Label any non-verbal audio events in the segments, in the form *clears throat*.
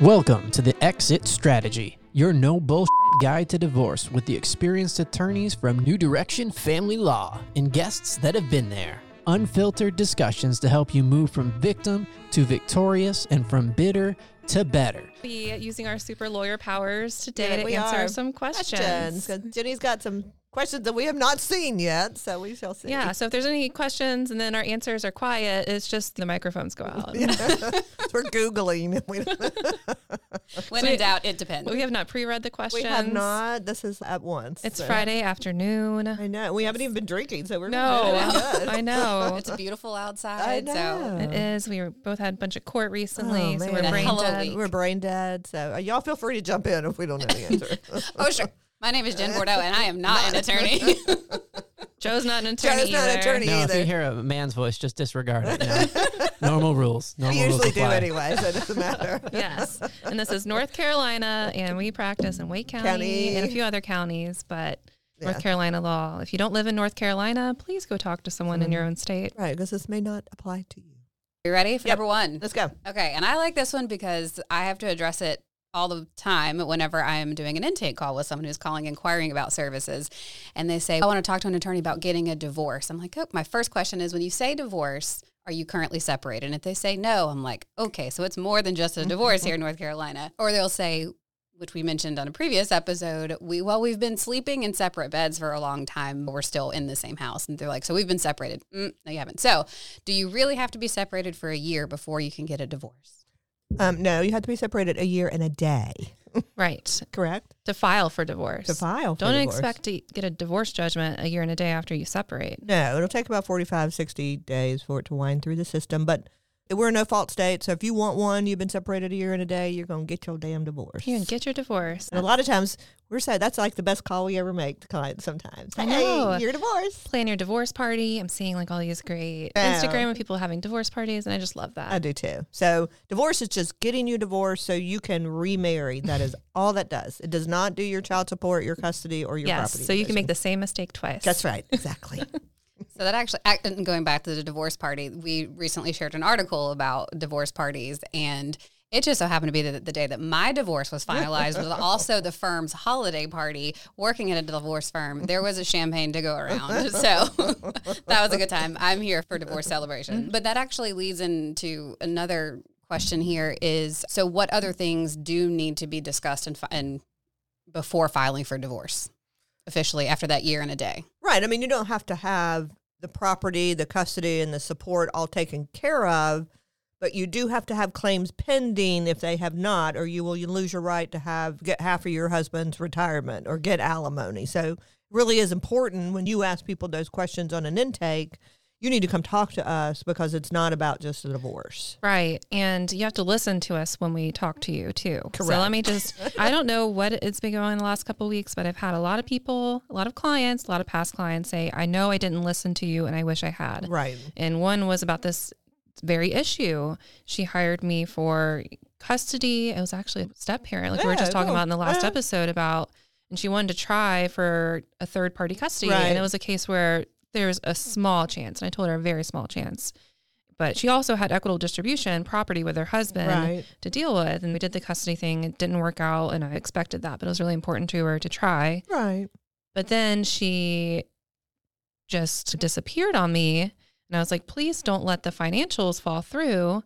Welcome to the Exit Strategy, your no bullshit guide to divorce with the experienced attorneys from New Direction Family Law and guests that have been there. Unfiltered discussions to help you move from victim to victorious and from bitter to better. be using our super lawyer powers today Yeah, to we answer are. some questions. 'cause Jenny's got some questions that we have not seen yet, so we shall see. Yeah, so if there's any questions and then our answers are quiet, it's just the microphones go *laughs* out. *laughs* we're googling. *laughs* We, When in doubt, it depends. We have not pre-read the we questions. have not. This is at once. It's so- Friday afternoon. I know. We haven't even been drinking, so we're No, Really *laughs* good. I know. It's beautiful outside, so It is. We were- both had a bunch of court recently, Oh, so man. we're brain Hello dead. week. We're brain dead, so uh, y'all feel free to jump in if we don't *laughs* know the answer. oh sure. My name is Jen Bordeaux, and I am not an attorney. *laughs* Joe's not an attorney. Jenny's not an either. attorney Now, if you either. hear a man's voice, just disregard it. you know. *laughs* normal rules. I Normal rules usually do apply. anyway, so it *laughs* doesn't matter. Yes, and this is North Carolina, and we practice in Wake County, County. and a few other counties, but. North Yeah. Carolina law. If you don't live in North Carolina, please go talk to someone in your own state. Right, because this may not apply to you. you ready for number one? Let's go. Okay, and I like this one because I have to address it all the time whenever I am doing an intake call with someone who's calling inquiring about services. And they say, I want to talk to an attorney about getting a divorce. I'm like, oh, my first question is when you say divorce, are you currently separated? And if they say no, I'm like, okay, so it's more than just a divorce here in North Carolina. Or they'll say, which we mentioned on a previous episode, we well, we've been sleeping in separate beds for a long time, but we're still in the same house. And they're like, so we've been separated. Mm, no, you haven't. So do you really have to be separated for a year before you can get a divorce? Um, no, you have to be separated a year and a day, Right. correct? To file for divorce. To file. for Don't divorce. expect to get a divorce judgment a year and a day after you separate. No, it'll take about 45, 60 days for it to wind through the system. But we're in no fault state. So if you want one, you've been separated a year and a day, you're going to get your damn divorce. You can get your divorce. and a lot of times we're sad. That's like the best call we ever make to clients sometimes. I know. Hey, you're divorced. Plan your divorce party. I'm seeing like all these great Yeah. Instagram of people having divorce parties, and I just love that. I do too. So divorce is just getting you divorced so you can remarry. That is all that does. It does not do your child support, your custody, or your yes. property. So you can make the same mistake twice. That's right. Exactly. *laughs* So that actually, ac- and going back to the divorce party, we recently shared an article about divorce parties, and it just so happened to be the, the day that my divorce was finalized was also the firm's holiday party. Working at a divorce firm, there was a champagne to go around, *laughs* so that was a good time. I'm here for divorce celebration, but that actually leads into another question here: is so what other things do need to be discussed and fi- and before filing for divorce officially after that year and a day? Right. I mean, you don't have to have the property, the custody, and the support all taken care of, but you do have to have claims pending if they have not, or you will you lose your right to have get half of your husband's retirement or get alimony. So, it really is important when you ask people those questions on an intake. You need to come talk to us because it's not about just a divorce. Right. And you have to listen to us when we talk to you too. So Correct. let me just I don't know what it's been going on the last couple of weeks, but I've had a lot of people, a lot of clients, a lot of past clients say, I know I didn't listen to you and I wish I had. Right. And one was about this very issue. She hired me for custody. It was actually a step parent, like we were Yeah, just talking cool. about in the last Yeah. episode about, and she wanted to try for a third party custody. Right. And it was a case where there was a small chance, and I told her a very small chance. But she also had equitable distribution property with her husband Right. to deal with. And we did the custody thing. It didn't work out. And I expected that, but it was really important to her to try. Right. But then she just disappeared on me. And I was like, please don't let the financials fall through.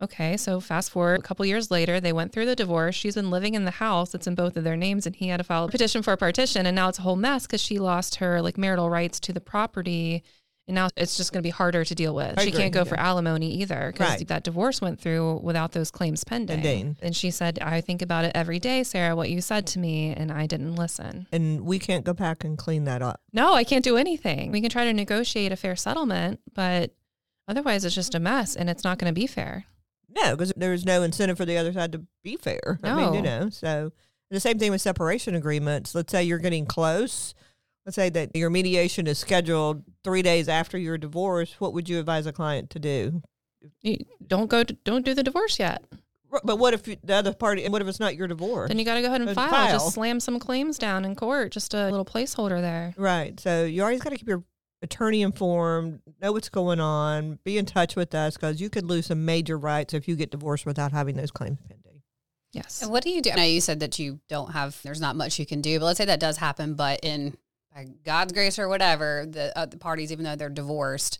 Okay, so fast forward a couple years later, they went through the divorce. She's been living in the house that's in both of their names, and he had to file a petition for a partition. And now it's a whole mess because she lost her like marital rights to the property. And now it's just going to be harder to deal with. I she agree, can't go yeah. for alimony either because Right. that divorce went through without those claims pending. Pending. And she said, I think about it every day, Sarah, what you said to me, and I didn't listen. And we can't go back and clean that up. No, I can't do anything. We can try to negotiate a fair settlement, but otherwise it's just a mess and it's not going to be fair. No, because there's no incentive for the other side to be fair. I mean, you No. know, so the same thing with separation agreements. Let's say you're getting close. Let's say that your mediation is scheduled three days after your divorce. What would you advise a client to do? You don't go to, don't do the divorce yet. R- But what if you, the other party, and what if it's not your divorce? Then you got to go ahead and And file. file. Just slam some claims down in court, just a little placeholder there. right. So you always got to keep your attorney informed, know what's going on, be in touch with us because you could lose some major rights if you get divorced without having those claims pending. Yes. And What do you do? I know you said that you don't have, there's not much you can do, but let's say that does happen, but in by God's grace or whatever, the, uh, the parties, even though they're divorced,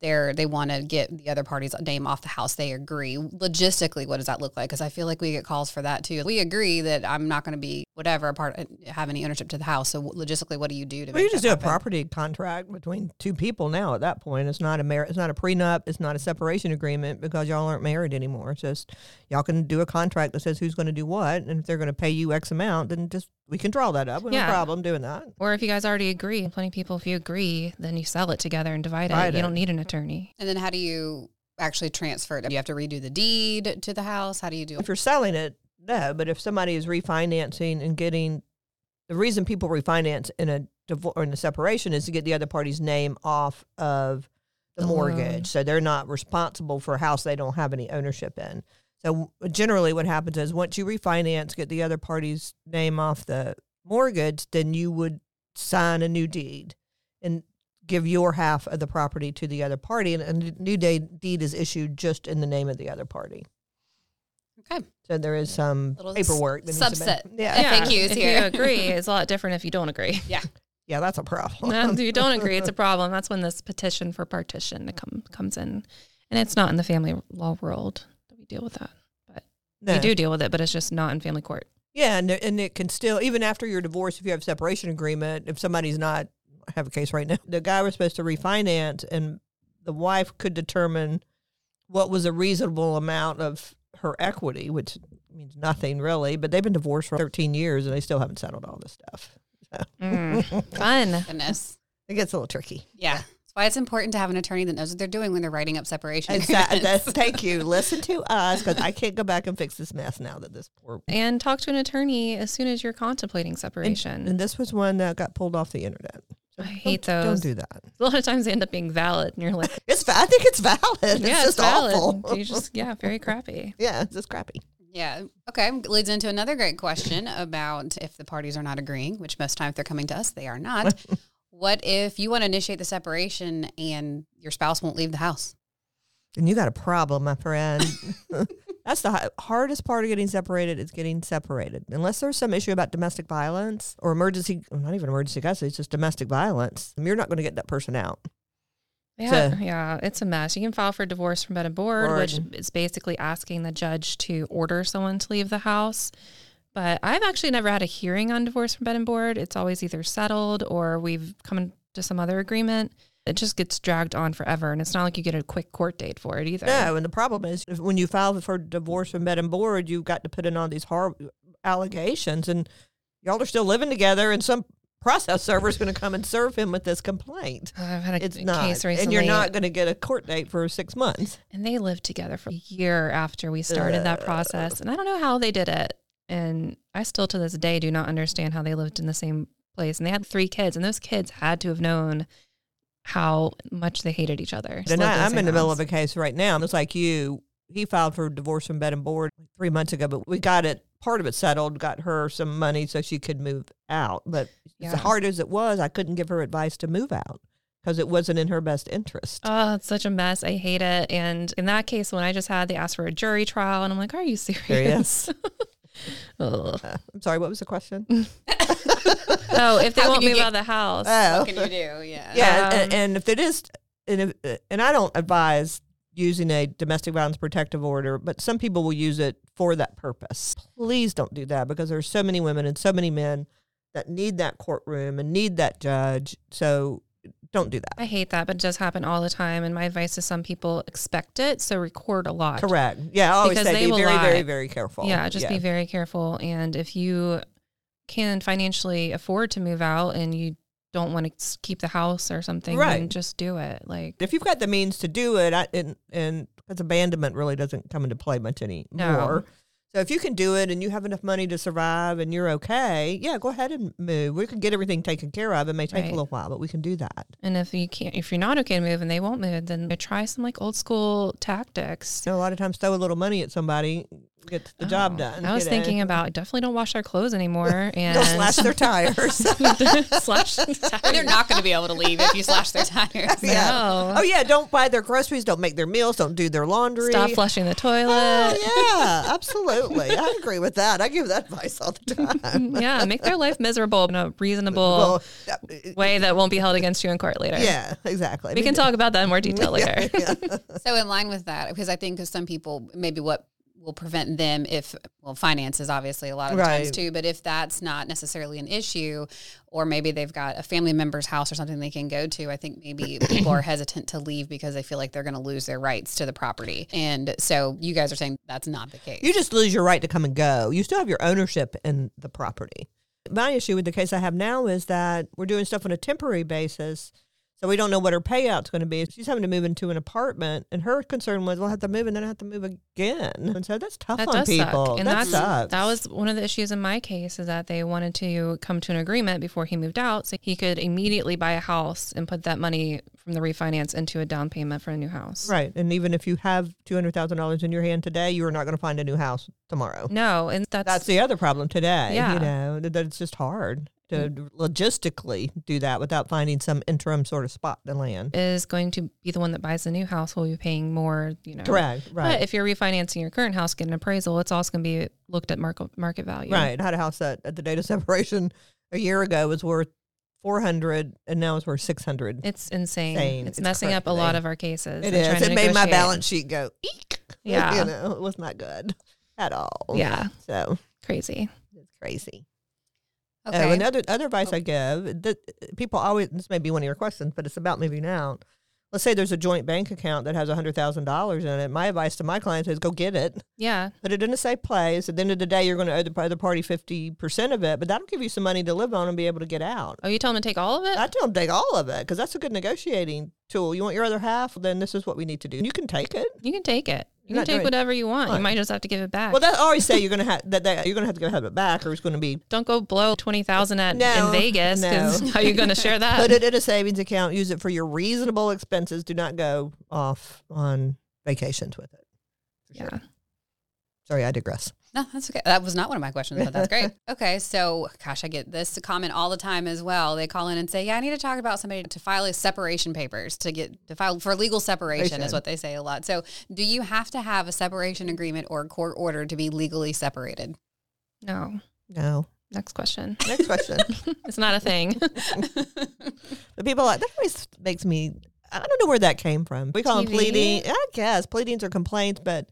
they're, they want to get the other party's name off the house. They agree. Logistically, what does that look like? Because I feel like we get calls for that too. We agree that I'm not going to be whatever a part have any ownership to the house. So logistically, what do you do to Well, you make just that do a happen? property contract between two people now. At that point, it's not a mar- it's not a prenup, it's not a separation agreement because y'all aren't married anymore. It's just y'all can do a contract that says who's going to do what, and if they're going to pay you X amount, then just we can draw that up. We have Yeah. No problem doing that. Or if you guys already agree, plenty of people, if you agree, then you sell it together and divide Divide it. it. You don't need an attorney. And then how do you actually transfer it? Do you have to redo the deed to the house? How do you do If you're selling it, no. But if somebody is refinancing and getting the reason people refinance in a divorce or in a separation is to get the other party's name off of the The mortgage, loan. so they're not responsible for a house they don't have any ownership in. So generally, what happens is once you refinance, get the other party's name off the mortgage, then you would sign a new deed and give your half of the property to the other party, and a new de- deed is issued just in the name of the other party. Okay. So there is some Little s- paperwork. That needs to be- subset. Yeah. Yeah. yeah. FAQs if here. *laughs* you agree, it's a lot different if you don't agree. *laughs* that's a problem. No, if you don't agree, it's a problem. That's when this petition for partition come, comes in. And it's not in the family law world that we deal with that. *laughs* No. We do deal with it, but it's just not in family court. Yeah, and, and it can still even after your divorce, if you have a separation agreement, if somebody's not, I have a case right now. The guy was supposed to refinance, and the wife could determine what was a reasonable amount of her equity, which means nothing really. But they've been divorced for 13 years, and they still haven't settled all this stuff. Fun. Goodness. It gets a little tricky. Yeah. That's why it's important to have an attorney that knows what they're doing when they're writing up separation. *laughs* It's that, *laughs* agreements. that's, *laughs* thank you. Listen to us because I can't go back and fix this mess now that this poor. And talk to an attorney as soon as you're contemplating And, separation. and this was one that got pulled off the internet. So I hate don't- those. Don't do that. a lot of times they end up being valid, and you're *laughs* like, It's. va- I think it's valid. It's yeah, just it's valid. *laughs* awful. You just, yeah, very crappy. yeah, it's just crappy. yeah. Okay. Leads into another great question about if the parties are not agreeing, which most times they're coming to us, they are *laughs* not. what if you want to initiate the separation and your spouse won't leave the house? And you got a problem, my *laughs* friend. That's the hi- hardest part of getting separated is getting separated. Unless there's some issue about domestic violence or emergency, well, not even emergency custody, it's just domestic violence. You're not going to get that person out. Yeah, yeah, it's a mess. You can file for divorce from bed and board, Board. which is basically asking the judge to order someone to leave the house. But I've actually never had a hearing on divorce from bed and board. It's always either settled or we've come to some other agreement. It just gets dragged on forever, and it's not like you get a quick court date for it either. No, and the problem is if, when you file for divorce from bed and board, you've got to put in all these horrible allegations, and y'all are still living together, and some process server is going to come and serve him with this complaint. Uh, I've had a It's case not, recently, and you're not going to get a court date for six months. And they lived together for a year after we started that process. And I don't know how they did it. And I still to this day do not understand how they lived in the same place. And they had three kids, and those kids had to have known how much they hated each other. And I, I'm in the middle of a case right now. It's like you. He filed for divorce from bed and board three months ago, but we got it part of it settled. Got her some money so she could move out. But Yeah. as hard as it was, I couldn't give her advice to move out because it wasn't in her best interest. Oh, it's such a mess. I hate it. And in that case, when I just had, they asked for a jury trial, and I'm like, "Are you serious?" *laughs* Ugh. Uh, I'm sorry. What was the *laughs* question? oh, if they How won't can you move get- out of the house, oh, What *laughs* can you do? Yeah. yeah. Um, and, and if it is, and if, and I don't advise using a domestic violence protective order, but some people will use it for that purpose. Please don't do that because there's so many women and so many men that need that courtroom and need that judge. So don't do that. I hate that, but it does happen all the time. And my advice to some people: expect it, so record a lot. Correct. Yeah. I always Because say they be will very, lie. very, very careful. Yeah, just be very careful. And if you can financially afford to move out and you don't want to keep the house or something, then Right. just do it. Like, If you've got the means to do it, I, and and because abandonment really doesn't come into play much anymore. No. So if you can do it and you have enough money to survive and you're okay, yeah, go ahead and move. We can get everything taken care of. It may take Right. a little while, but we can do that. and if you can't, if you're not okay to move and they won't move, then try some like old school tactics. So a lot of times, throw a little money at somebody gets the job done. Oh, I was you know. thinking about definitely don't wash our clothes anymore *laughs* and *laughs* They'll slash their tires. slash the *laughs* And they're not going to be able to leave if you slash their tires. yeah. No. Oh yeah. Don't buy their groceries. Don't make their meals. Don't do their laundry. Stop flushing the toilet. Oh, yeah, absolutely. I agree with that. I give that advice all *laughs* the time. yeah, make their life miserable in a reasonable Well, uh, way that won't be held against you in court later. yeah, exactly. We can talk about that in more detail later. *laughs* So in line with that, because I think of some people, maybe what will prevent them if well finances obviously a lot of the times Right. too but if that's not necessarily an issue or maybe they've got a family member's house or something they can go to i think maybe people are hesitant to leave because they feel like they're going to lose their rights to the property and so you guys are saying that's not the case You just lose your right to come and go. You still have your ownership in the property. My issue with the case I have now is that we're doing stuff on a temporary basis. So we don't know what her payout's going to be. She's having to move into an apartment, and her concern was, "Well, I have to move, and then I have to move again." And so that's tough That on does people. suck. And that that's sucks. that was one of the issues in my case is that they wanted to come to an agreement before he moved out so he could immediately buy a house and put that money from the refinance into a down payment for a new house. right. And even if you have two hundred thousand dollars in your hand today, you are not going to find a new house tomorrow. No, and that's, That's the other problem today. Yeah. Mm. You know, that that it's just hard to logistically do that without finding some interim sort of spot to land. is going to be the one that buys the new house will be paying more, you know. Correct. Right. But if you're refinancing your current house, get an appraisal, it's also going to be looked at market market value. Right. I had a house that at the date of *laughs* separation a year ago was worth four hundred and now it's worth six hundred. It's insane. Insane. It's, It's messing up a lot crazy. of our cases. It and trying is. to It made my negotiate. balance sheet go *laughs* eek. Yeah. you know, it was not good at all. Yeah. So Crazy. it's crazy. okay Oh, another other advice I give that people always this may be one of your questions, but it's about moving out. Let's say there's a joint bank account that has hundred thousand dollars in it. My advice to my clients is go get it, Yeah. put it in a safe place. At the end of the day, you're going to owe the other party fifty percent of it, but that'll give you some money to live on and be able to get out. Oh, you tell him to take all of it? I tell them take all of it because that's a good negotiating tool. You want your other half? Then this is what we need to do. You can take it. You can take it. You You're can not take doing- whatever you want. You Right. might just have to give it back. Well, that I always say you're going to have that, that you're going to have to go have it back, or it's going to be Don't go blow twenty thousand at No, in Vegas because no. *laughs* how you going to share that? put it in a savings account. Use it for your reasonable expenses. Do not go off on vacations with it. yeah. Sorry, I digress. No, that's okay. That was not one of my questions, but that's great. Okay, so gosh, I get this comment all the time as well. They call in and say, "Yeah, I need to talk about somebody to file a separation papers to get to file for legal separation," is Separation. what they say a lot. So, do you have to have a separation agreement or a court order to be legally separated? No. No. Next question. *laughs* Next *laughs* question. It's not a thing. *laughs* the people like that always makes me. I don't know where that came from. We call them TV? pleading. I guess pleadings are complaints, but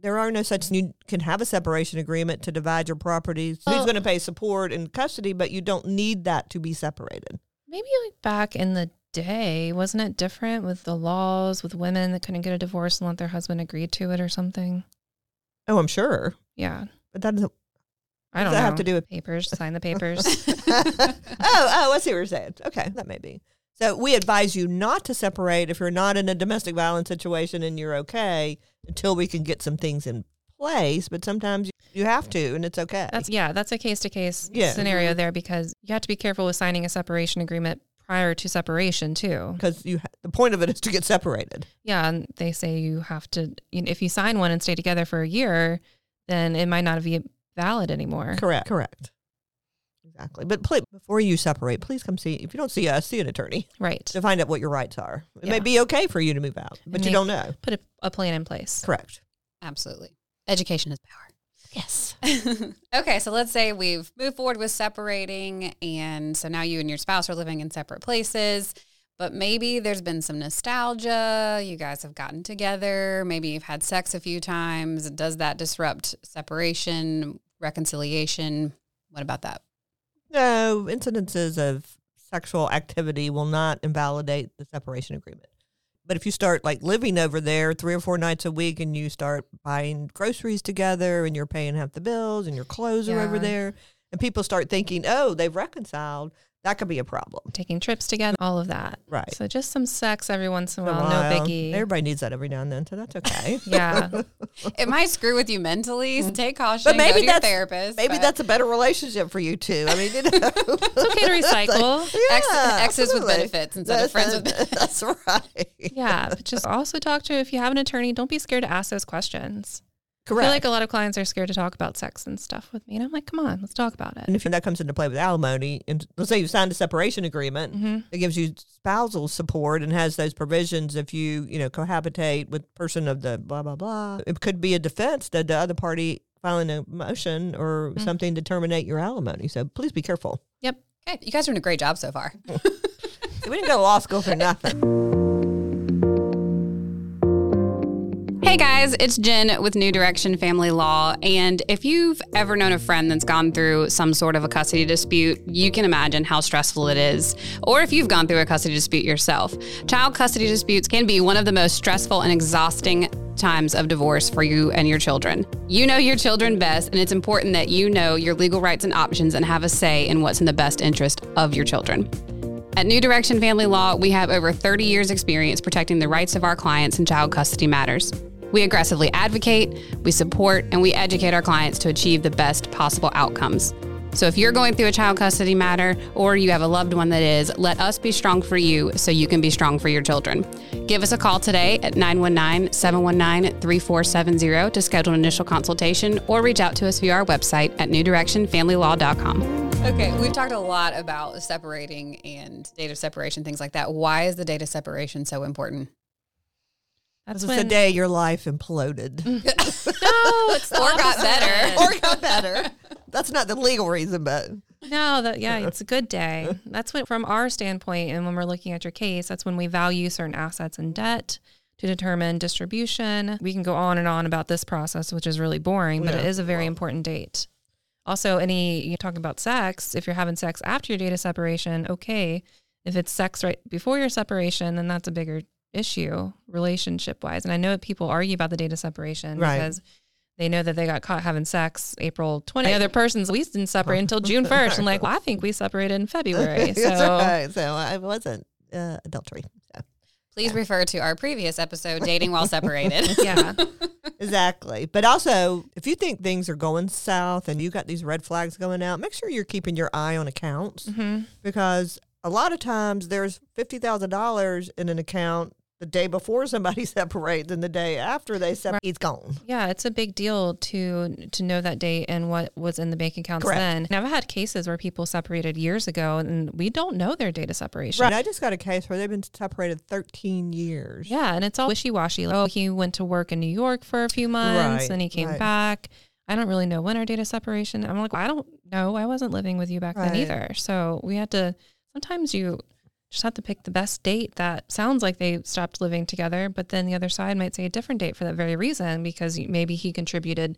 there are no such. You can have a separation agreement to divide your property. Well- Who's going to pay support and custody? But you don't need that to be separated. Maybe like back in the day, wasn't it different with the laws with women that couldn't get a divorce unless their husband agreed to it or something? Oh, I'm sure, Yeah. but that doesn't. I don't that know. have to do with- papers, *laughs* sign the papers. oh, oh, I see what you're saying. Okay, that may be. So we advise you not to separate if you're not in a domestic violence situation and you're okay until we can get some things in place. But sometimes you have to, and it's okay. That's yeah, that's a case to case Yeah. scenario there because you have to be careful with signing a separation agreement prior to separation too. because you ha- the point of it is to get separated. Yeah, and they say you have to you know, if you sign one and stay together for a year, then it might not be valid anymore. Correct. Correct. Exactly. But pl- before you separate, please come see. If you don't see us, see an attorney Right. to find out what your rights are. It Yeah. may be okay for you to move out, but And you they- don't know. Put a, a plan in place. Correct. Absolutely. Education is power. Yes. *laughs* okay, so let's say we've moved forward with separating, and so now you and your spouse are living in separate places. But maybe there's been some nostalgia. You guys have gotten together. Maybe you've had sex a few times. Does that disrupt separation, reconciliation? What about that? No, incidences of sexual activity will not invalidate the separation agreement. But if you start like living over there three or four nights a week and you start buying groceries together and you're paying half the bills and your clothes are over Yeah. there and people start thinking, oh, they've reconciled, that could be a problem. Taking trips together, all of that. Right. So just some sex every once in a A while, while. no biggie. Everybody needs that every now and then, so that's *laughs* okay. *laughs* yeah. It might screw with you mentally. so Take caution. Mm. But go to maybe your that's therapist. maybe but that's a better relationship for you two. I mean, you *laughs* know. It's okay *laughs* to recycle. Ex- Yeah, exes with absolutely. benefits instead of friends with benefits. That's *laughs* right. Yeah. But just also talk to if you have an attorney, don't be scared to ask those questions. I Correct. feel like a lot of clients are scared to talk about sex and stuff with me. And I'm like, come on, let's talk about and it. if that comes into play with alimony, and let's say you signed a separation agreement hmm that gives you spousal support and has those provisions if you, you know, cohabitate with person of the blah blah blah, it could be a defense that the other party filing a motion or Mm. something to terminate your alimony. So please be careful. Yep. Okay, you guys are doing a great job so far. We didn't go to law school *laughs* for nothing. Hey guys, it's Jen with New Direction Family Law. And if you've ever known a friend that's gone through some sort of a custody dispute, you can imagine how stressful it is. Or if you've gone through a custody dispute yourself, child custody disputes can be one of the most stressful and exhausting times of divorce for you and your children. You know your children best, and it's important that you know your legal rights and options and have a say in what's in the best interest of your children. At New Direction Family Law, we have over 30 years' experience protecting the rights of our clients in child custody matters. We aggressively advocate, we support, and we educate our clients to achieve the best possible outcomes. So if you're going through a child custody matter or you have a loved one that is, let us be strong for you so you can be strong for your children. Give us a call today at 919 719 3470 to schedule an initial consultation or reach out to us via our website at newdirectionfamilylaw.com. Okay, we've talked a lot about separating and data separation, things like that. Why is the data separation so important? That's This is when, Mm. the day your life imploded. No, it's the Or got opposite. better. or got better. That's not the legal reason, but No, that yeah, it's a good day. That's what from our standpoint and when we're looking at your case, that's when we value certain assets and debt to determine distribution. We can go on and on about this process, which is really boring, but it Yeah. is a very important date. Also, any you talking about sex, if you're having sex after your data separation, okay. If it's sex right before your separation, then that's a bigger issue relationship wise. And I know that people argue about the data separation Right. because they know that they got caught having sex April 20. The other persons, we didn't separate *laughs* until June 1st. I'm like, well, I think we separated in February. *laughs* *laughs* That's So right. So I wasn't uh, adultery. So. Please refer to our previous episode, Dating While Separated. *laughs* yeah, Exactly. But also, if you think things are going south and you got these red flags going out, make sure you're keeping your eye on accounts Mm-hmm. because a lot of times there's $50,000 in an account the day before somebody *laughs* separates and the day after they separate, it's gone. yeah, it's a big deal to to know that date and what was in the bank accounts Correct. then. And I've had cases where people separated years ago and we don't know their data separation. Right. I just got a case where they've been separated 13 years. Yeah, and it's all wishy washy. Like, oh, he went to work in New York for a few months, Right, then he came right. back. I don't really know when our data separation. I'm like, I don't know. I wasn't living with you back then Right. either. So we had to. Sometimes you just have to pick the best date that sounds like they stopped living together, but then the other side might say a different date for that very reason because you- maybe he contributed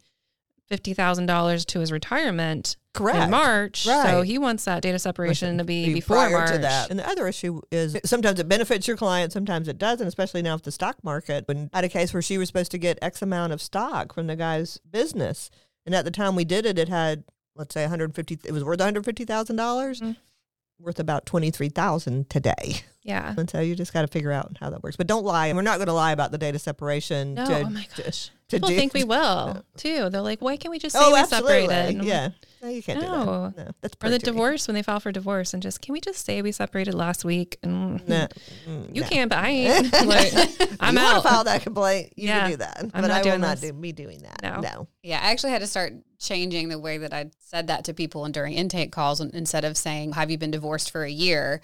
fifty thousand dollars to his retirement Correct. in March, so Right. he wants that data separation to be, be before prior March. to that. And the other issue is sometimes it benefits your client, sometimes it doesn't, especially now with the stock market. When I had a case where she was supposed to get X amount of stock from the guy's business. And at the time we did it, it had, let's say 150, it was worth $150,000, dollars Mhm. worth about 23000 today. Yeah. And so you just got to figure out how that works. But don't lie. And we're not going to lie about the data separation. No, to, oh my gosh. to People do- think *laughs* we will too. They're like, why can't we just say Oh, we absolutely. separated? And- Yeah. No, you can't No. do that. No, that's Or the perjury. divorce when they file for divorce and just, can we just say we separated last week? And *laughs* No. Mm, You no. can't, but *laughs* I ain't. Like, I'm you out. Want to file that complaint? You Yeah. can do that, I'm but not I will doing not this. do me doing that. No. No. yeah, I actually had to start changing the way that I said that to people and during intake calls and- instead of saying, Have you been divorced for a year?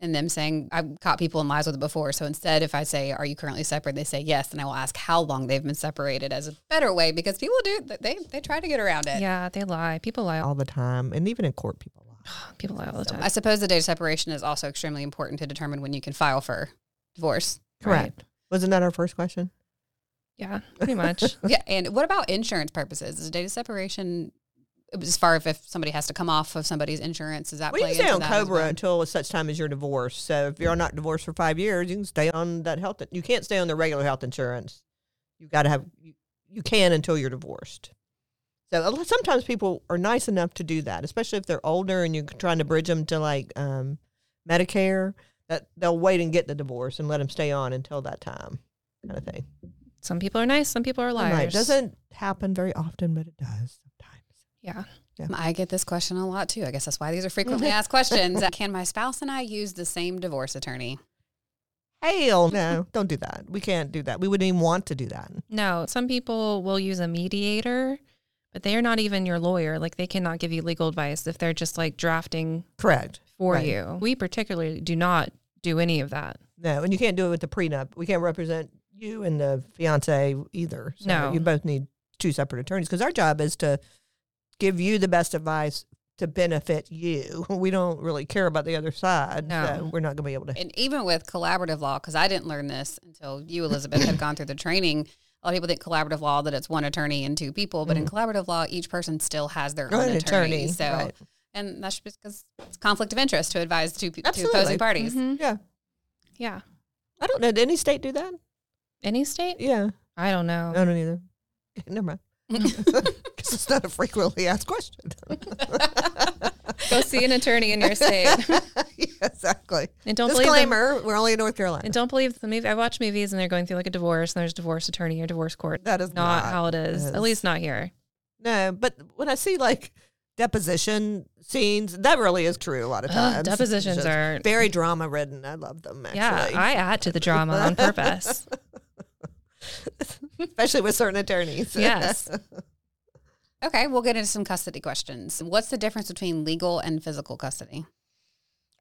And them saying, I've caught people in lies with it before. So instead, if I say, Are you currently separated? They say yes. And I will ask how long they've been separated as a better way because people do, they, they try to get around it. yeah, they lie. People lie. All, all the time, and even in court, people lie. people lie all the time. I suppose the data separation is also extremely important to determine when you can file for divorce. Correct. Wasn't that our first question? Yeah, pretty *laughs* much. yeah, and what about insurance purposes? Is data separation as far as if somebody has to come off of somebody's insurance? Is that Well, you play can stay into on that as Cobra well? until such time as you're divorced. So if you're not divorced for five years, you can stay on that health. You can't stay on the regular health insurance. You got to have. You, you can until you're divorced. So a lot- sometimes people are nice enough to do that, especially if they're older and you're trying to bridge them to like um, Medicare. That they'll wait and get the divorce and let them stay on until that time, kind of thing. some people are nice. Some people are Right. liars. Doesn't happen very often, but it does sometimes. Yeah. Um, I get this question a lot too. *laughs* I Uh, guess that's why these are frequently asked questions. Can my spouse and I use the same divorce attorney? Hell no, don't do that. We can't do that. We wouldn't even want to do that. No, some people will use a mediator, but they are not even your lawyer. Like they cannot give you legal advice if they're just like drafting Correct. for Right. you. We particularly do not do any of that. No, and you can't do it with the prenup. We can't represent you and the fiance either. So No. you both need two separate attorneys because our job is to give you the best advice to benefit you. *laughs* We don't really care about the other side. So No. we're not going to be able to. And even with collaborative law, because I didn't learn this until you, Elizabeth, had gone through the training. A lot of people think collaborative law that it's one attorney and two people, but in collaborative law, each person still has their Mm. Or own an attorney. attorney, So, right. and that's just because it's conflict of interest to advise two, two Absolutely. opposing parties. Mhm. Yeah. Yeah. I don't know. Did any state do that? Any state? Yeah. I don't know. I don't either. *laughs* Never mind. Because it's not a frequently *laughs* asked question. *laughs* *laughs* Go see an attorney in your state. *laughs* yeah, exactly. And don't believe them- Disclaimer: We're only in North Carolina. And don't believe the movie. I watch movies and they're going through like a divorce and there's divorce attorney or divorce court. That is not, not- how it is. that At is- least not here. No, but when I see like deposition scenes, that really is true a lot of Ugh, times. depositions Just are- very drama ridden. I love them actually, Yeah, I add to the drama on *laughs* purpose. especially with certain attorneys. yes. Okay, we'll get into some custody questions. What's the difference between legal and physical custody?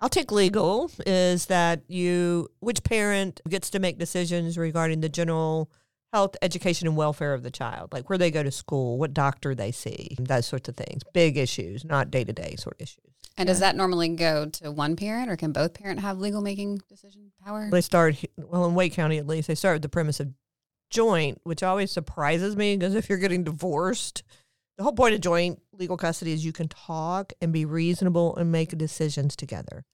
I'll take legal is that you which parent gets to make decisions regarding the general health, education, and welfare of the child, like where they go to school, what doctor they see, those sorts of things. Big issues, not day to day sort of issues. And does that normally go to one parent, or can both parent have legal making decision power? They start well in Wake County at least. They start with the premise of joint, which always surprises me because if you're getting divorced, the whole point of joint legal custody is you can talk and be reasonable and make decisions together.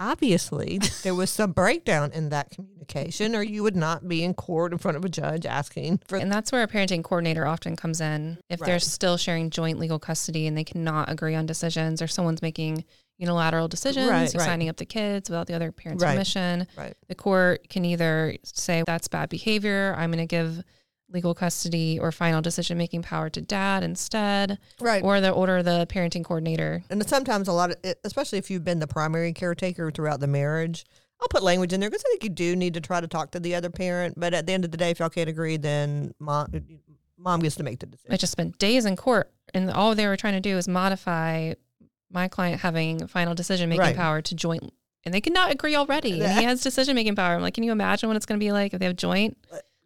Obviously, there was some breakdown in that communication, or you would not be in court in front of a judge asking for. And that's where a parenting coordinator often comes in. If they're Right. still sharing joint legal custody and they cannot agree on decisions or someone's making unilateral decisions, Right, you're right. signing up the kids without the other parent's Right. permission, Right. the court can either say that's bad behavior, I'm going to give legal custody or final decision making power to dad instead, Right. or they'll order the parenting coordinator. And sometimes a lot of, e, especially if you've been the primary caretaker throughout the marriage, I'll put language in there because I think you do need to try to talk to the other parent. But at the end of the day, if y'all can't agree, then mom, mom gets to make the decision. I just spent days in court, and all they were trying to do is modify my client having final decision making Right. power to joint, and they could not agree already. And he has decision making power. I'm like, can you imagine what it's going to be like if they have joint,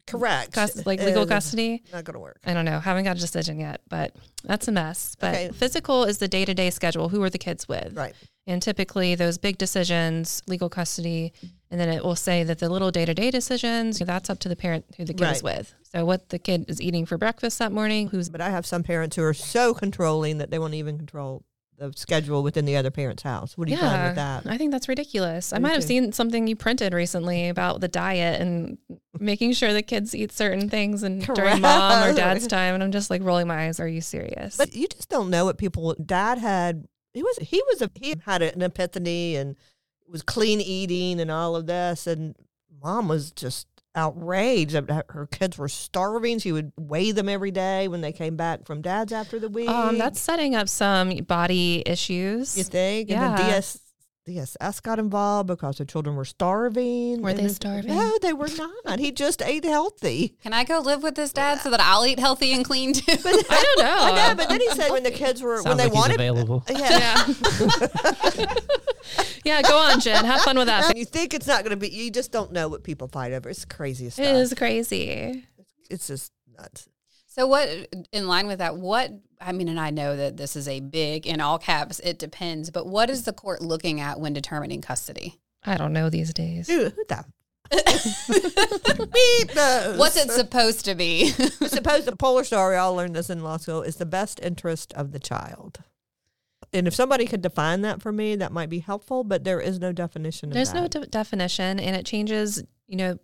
Correct. cus- like legal And custody? Not going to work. I don't know. Haven't got a decision yet, but that's a mess. But Okay. physical is the day to day schedule. Who are the kids with? Right. And typically, those big decisions, legal custody, and then it will say that the little day to day decisions, that's up to the parent who the kid is with. So, what the kid is eating for breakfast that morning, who's But I have some parents who are so controlling that they won't even control the schedule within the other parent's house. What do you find with that? I think that's ridiculous. I Me might have too. seen something you printed recently about the diet and making sure the kids eat certain things *laughs* and during mom or Correct. dad's time. And I'm just like rolling my eyes. Are you serious? But you just don't know what people. Dad had he was he was a, he had an epiphany and was clean eating and all of this, and mom was just outraged that her- her kids were starving. She would weigh them every day when they came back from dad's after the week. um, that's setting up some body issues. you think, and yeah. then DS. DSS got involved because the children were starving. Were and they it's- starving? No, they were not. He just *laughs* ate healthy. Can I go live with this dad so that I'll eat healthy and clean too? *laughs* I don't know. *laughs* I know, but then he said when the kids were Sounds when they like he's wanted, available. yeah, yeah, go on, Jen. Have fun with *laughs* that. And you think it's not going to be, you just don't know what people fight over. It's the craziest It stuff. is crazy. It's just nuts. So what in line with that, what I mean, and I know that this is a big in all caps, it depends, but what is the court looking at when determining custody? I don't know these days. Dude, who *laughs* the beep knows? What's it supposed to be? *laughs* Suppose the polar star, we all learned this in law school, is the best interest of the child. And if somebody could define that for me, that might be helpful, but there is no definition of There's that. no de- definition, and it changes, you know,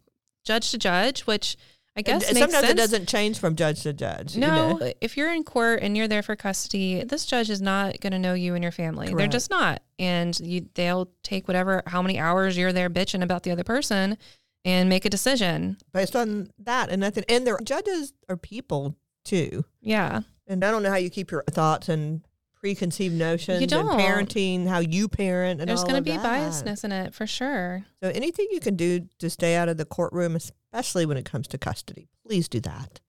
judge to judge, which I And guess makes sometimes sense. it doesn't change from judge to judge. you No, know? if you're in court and you're there for custody, this judge is not going to know you and your family. They're Correct. just not, and you, they'll take whatever how many hours you're there bitching about the other person, and make a decision. Based on that and nothing. And their judges are people too. Yeah, And I don't know how you keep your thoughts and preconceived notions don't. and parenting, how you parent, and There's going to be biasness in it for sure. So anything you can do to stay out of the courtroom, especially when it comes to custody, please do that.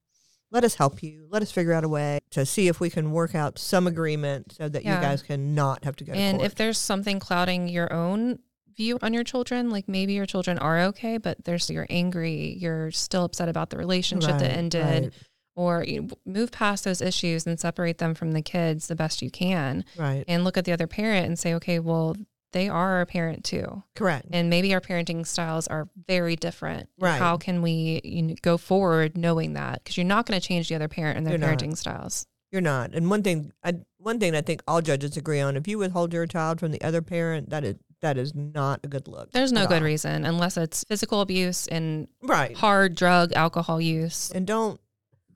Let us help you. Let us figure out a way to see if we can work out some agreement so that Yeah. you guys can not have to go And to court. if there's something clouding your own view on your children, like maybe your children are okay, but there's you're angry, you're still upset about the relationship that Right, ended, right, or you know, move past those issues and separate them from the kids the best you can, right, and look at the other parent and say, okay, well, they are a parent too, correct, and maybe our parenting styles are very different. Right. How can we you know, go forward knowing that? Because you're not going to change the other parent and their You're not. parenting styles. you're not. And one thing, I, one thing I think all judges agree on: if you withhold your child from the other parent, that is that is not a good look. There's no at good all. reason unless it's physical abuse and right? hard drug alcohol use. And don't.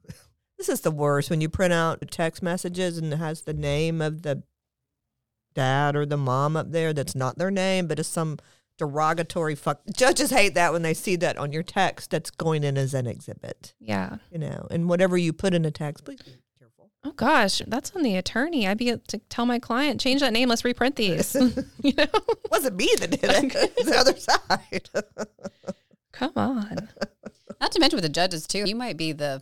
*laughs* This is the worst when you print out the text messages and it has the name of the dad or the mom up there that's not their name, but it's some derogatory fuck. Judges hate that when they see that on your text that's going in as an exhibit, Yeah. you know. And whatever you put in a text, please be careful. Oh gosh, that's on the attorney. I'd be able to tell my client, change that name, let's reprint these. *laughs* you know? wasn't me that did it. *laughs* it's the other side. *laughs* Come on. Not to mention with the judges too. You might be the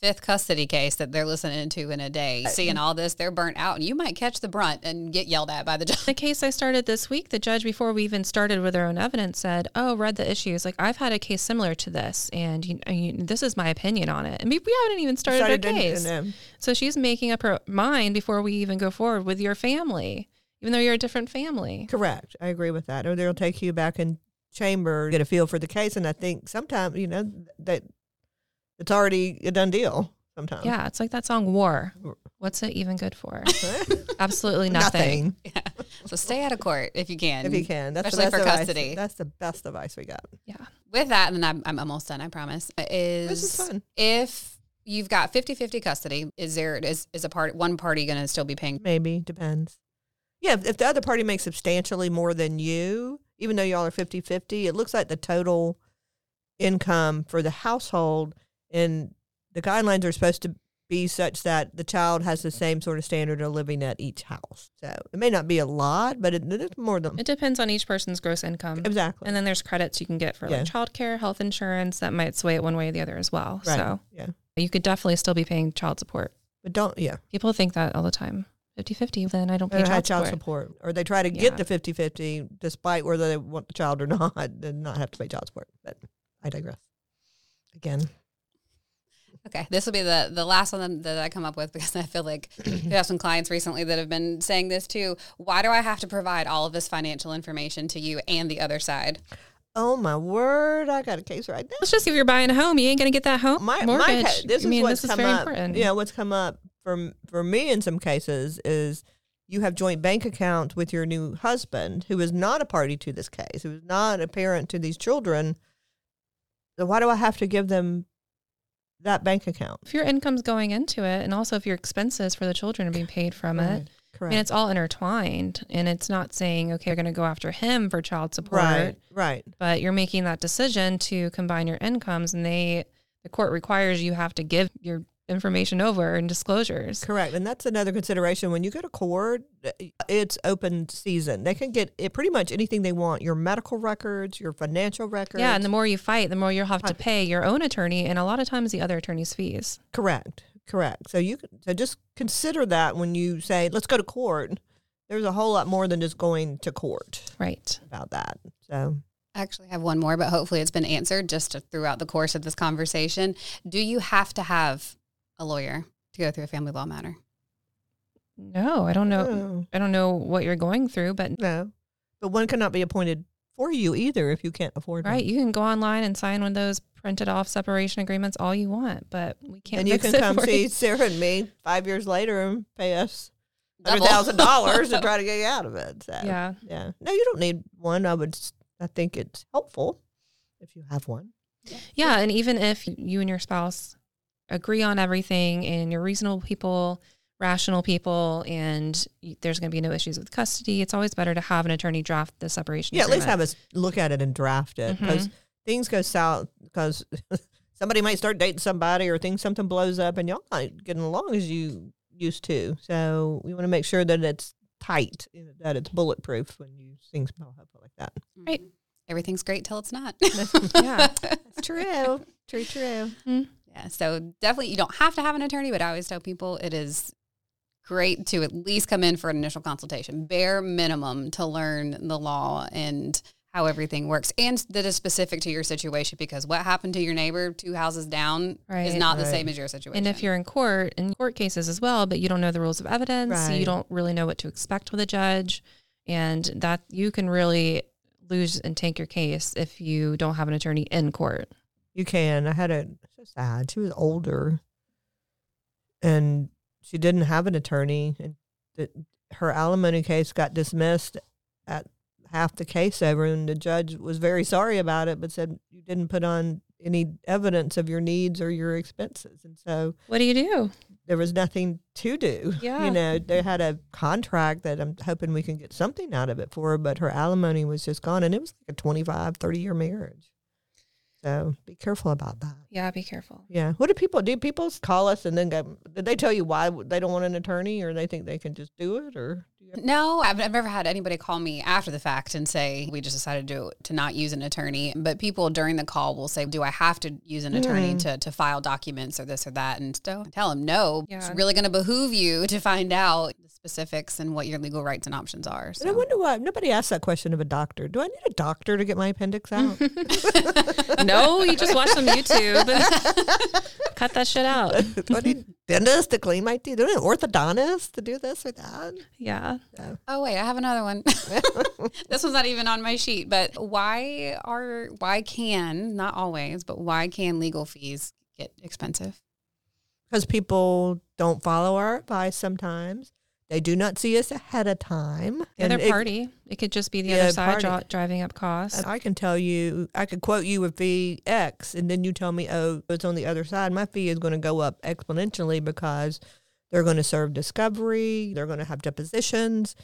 fifth custody case that they're listening to in a day. Seeing all this, they're burnt out, and you might catch the brunt and get yelled at by the *laughs* judge. The case I started this week, the judge before we even started with our own evidence said, "Oh, read the issues. Like I've had a case similar to this, and you, you, this is my opinion on it." And we, we haven't even started, our in- case. in, um, So she's making up her mind before we even go forward with your family, even though you're a different family. Correct. I agree with that. Or they'll take you back in chamber, get a feel for the case, and I think sometimes you know that it's already a done deal. Sometimes, Yeah, it's like that song War. What's it even good for? Absolutely nothing. nothing So stay out of court if you can. if you can. That's especially the best for advice- custody. That's the best advice we got. Yeah. with that, and I'm, I'm almost done, I promise, is, This is fun. if you've got 50-50 custody, is there is, is a part one party going to still be paying? Maybe depends. Yeah, if- if the other party makes substantially more than you, even though y'all are 50-50, it looks like the total income for the household and the guidelines are supposed to be such that the child has the same sort of standard of living at each house. So it may not be a lot, but it, it is more than It depends on each person's gross income. exactly. And then there's credits you can get for like childcare, health insurance that might sway it one way or the other as well. right. So yeah, you could definitely still be paying child support. but don't yeah. People think that all the time. 50-50, then I don't They pay don't have child, child support. support. or they try to Yeah. get the 50-50 despite whether they want the child or *laughs* not, then not have to pay child support. But I digress. Again. Okay, this will be the the last one that I come up with *laughs* because I *clears throat* feel like we have some clients recently that have been saying this too. Why do I have to provide all of this financial information to you and the other side? Oh my word! I got a case right now. Let's just if you're buying a home, you ain't going to get that home My, mortgage. my ca- this I is mean, what's this is come very up. important. Yeah, what's come up for for me in some cases is you have joint bank accounts with your new husband, who is not a party to this case, who is not a parent to these children. So why do I have to give them that bank account? If your income's going into it, and also if your expenses for the children are being paid from it, I Mm-hmm. Correct. mean, it's all intertwined. And it's not saying, okay, we're going to go after him for child support. right. Right. but you're making that decision to combine your incomes and they the court requires you have to give your information over and disclosures Correct. And that's another consideration. When you go to court, it's open season. They can get it pretty much anything they want your medical records, your financial records. yeah and the more you fight the more you'll have to Right. pay your own attorney and a lot of times the other attorney's fees Correct. Correct. So you so just consider that when you say let's go to court. There's a whole lot more than just going to court right about that. So I actually have one more, but hopefully it's been answered just to- throughout the course of this conversation. Do you have to have a lawyer to go through a family law matter? no i don't know no, i don't know what you're going through but no. But one cannot be appointed for you either if you can't afford one. right you can go online and sign one of those printed off separation agreements all you want but we can't and you fix can it come for *laughs* see you. Sarah and me five years later and pay us hundred Double. thousand dollars to try to get you out of it. So, *laughs* yeah yeah. No, you don't need one. I would. s- I think it's helpful if you have one. Yeah, and even if you and your spouse agree on everything and you're reasonable people, rational people, and y- there's going to be no issues with custody, it's always better to have an attorney draft the separation. Yeah, at least have agreement. us look at it and draft it because things go south *laughs* because somebody might start dating somebody or things something blows up and y'all not getting along as you used to. So we want to make sure that it's tight, you know, that it's bulletproof when you things pop up like that. Right. *laughs* Everything's great till it's not. *laughs* *laughs* yeah. True, *laughs* true, true. Yeah. So definitely, you don't have to have an attorney, but I always tell people it is great to at least come in for an initial consultation, bare minimum, to learn the law and how everything works and that is specific to your situation because what happened to your neighbor two houses down is Right. not the Right. same as your situation. And if you're in court, in court cases as well, but you don't know the rules of evidence, Right. you don't really know what to expect with a judge, and that you can really lose and tank your case if you don't have an attorney in court. You can. I had a so sad. She was older, and she didn't have an attorney, and the, her alimony case got dismissed at half the case over, and the judge was very sorry about it, but said you didn't put on any evidence of your needs or your expenses, and so What do you do? there was nothing to do. Yeah. You know, they had a contract that I'm hoping we can get something out of it for her, but her alimony was just gone. And it was like a 25, 30 year marriage. So be careful about that. Yeah, be careful. Yeah. What do people do? People call us and then go, did they tell you why they don't want an attorney or they think they can just do it? Or do you No, I've, I've never had anybody call me after the fact and say we just decided to to not use an attorney. But people during the call will say, "Do I have to use an attorney to to file documents or this or that?" And so I tell them, "No, Yeah. it's really going to behoove you to find out the specifics and what your legal rights and options are." and I So. wonder why nobody asked that question of a doctor. Do I need a doctor to get my *laughs* appendix out? *laughs* no, you just watch some YouTube. *laughs* Cut that shit out. do I need dentists to clean my teeth? Do I need orthodontists to do this or that? Yeah. Oh wait, I have another one. *laughs* this one's not even on my sheet, but why are why can not always, but why can legal fees get expensive? because people don't follow our advice sometimes. They do not see us ahead of time. The And other it- party. It could just be the Yeah, other side party. dri- driving up costs. and I can tell you, I could quote you a fee X, and then you tell me, oh, it's on the other side. My fee is going to go up exponentially because they're going to serve discovery, they're going to have depositions.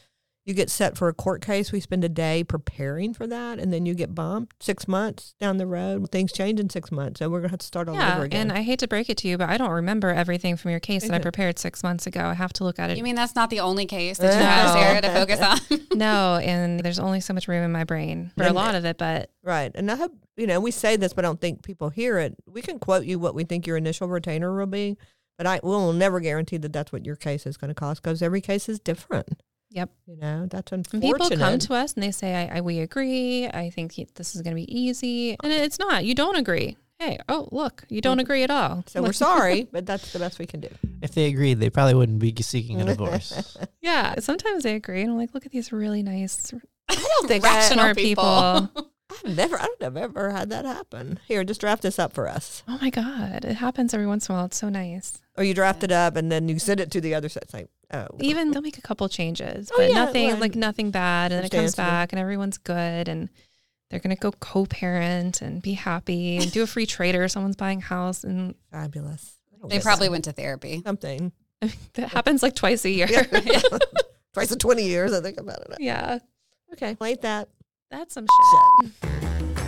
You get set for a court case. We spend a day preparing for that, and then you get bumped six months down the road. Things change in six months, so we're going to have to start all over Yeah, again. and I hate to break it to you, but I don't remember everything from your case that I Mhm. prepared six months ago. I have to look at it. You mean that's not the only case that you have, Sarah, to focus on? no, and there's only so much room in my brain for a And- lot of it, but Right. And I hope, you know, we say this, but I don't think people hear it. We can quote you what we think your initial retainer will be, but I will never guarantee that that's what your case is going to cost because every case is different. yep. You know, that's And unfortunate. people come to us and they say, I, I we agree. I think y- this is going to be easy. And it's not. You don't agree. Hey, oh, look, you don't agree at all. so *laughs* we're sorry, but that's the best we can do. If they agreed, they probably wouldn't be *laughs* seeking a divorce. Yeah. Sometimes they agree. And I'm like, look at these really nice I don't think I- rational smart people. *laughs* people. I've never, I don't know, I've ever had that happen. Here, just draft this up for us. oh my God. It happens every once in a while. It's so nice. Or you draft it up and then you send it to the other side. It's like, oh, Even they'll make a couple changes, Oh, but yeah, nothing well, like nothing bad. And then it comes substantial. back and everyone's good and they're going to go co-parent and be happy and do a free trader. Someone's buying house and fabulous. I don't *laughs* They get probably went to therapy. *laughs* something. *laughs* that happens like twice a year. *laughs* Yeah. Twice in 20 years, I think about it. Okay. Like that. That's some Shit. shit.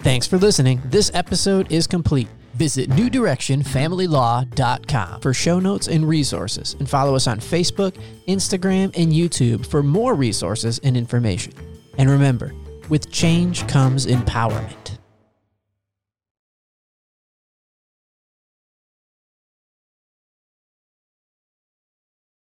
Thanks for listening. This episode is complete. Visit newdirectionfamilylaw.com for show notes and resources, and follow us on Facebook, Instagram, and YouTube for more resources and information. And remember, with change comes empowerment.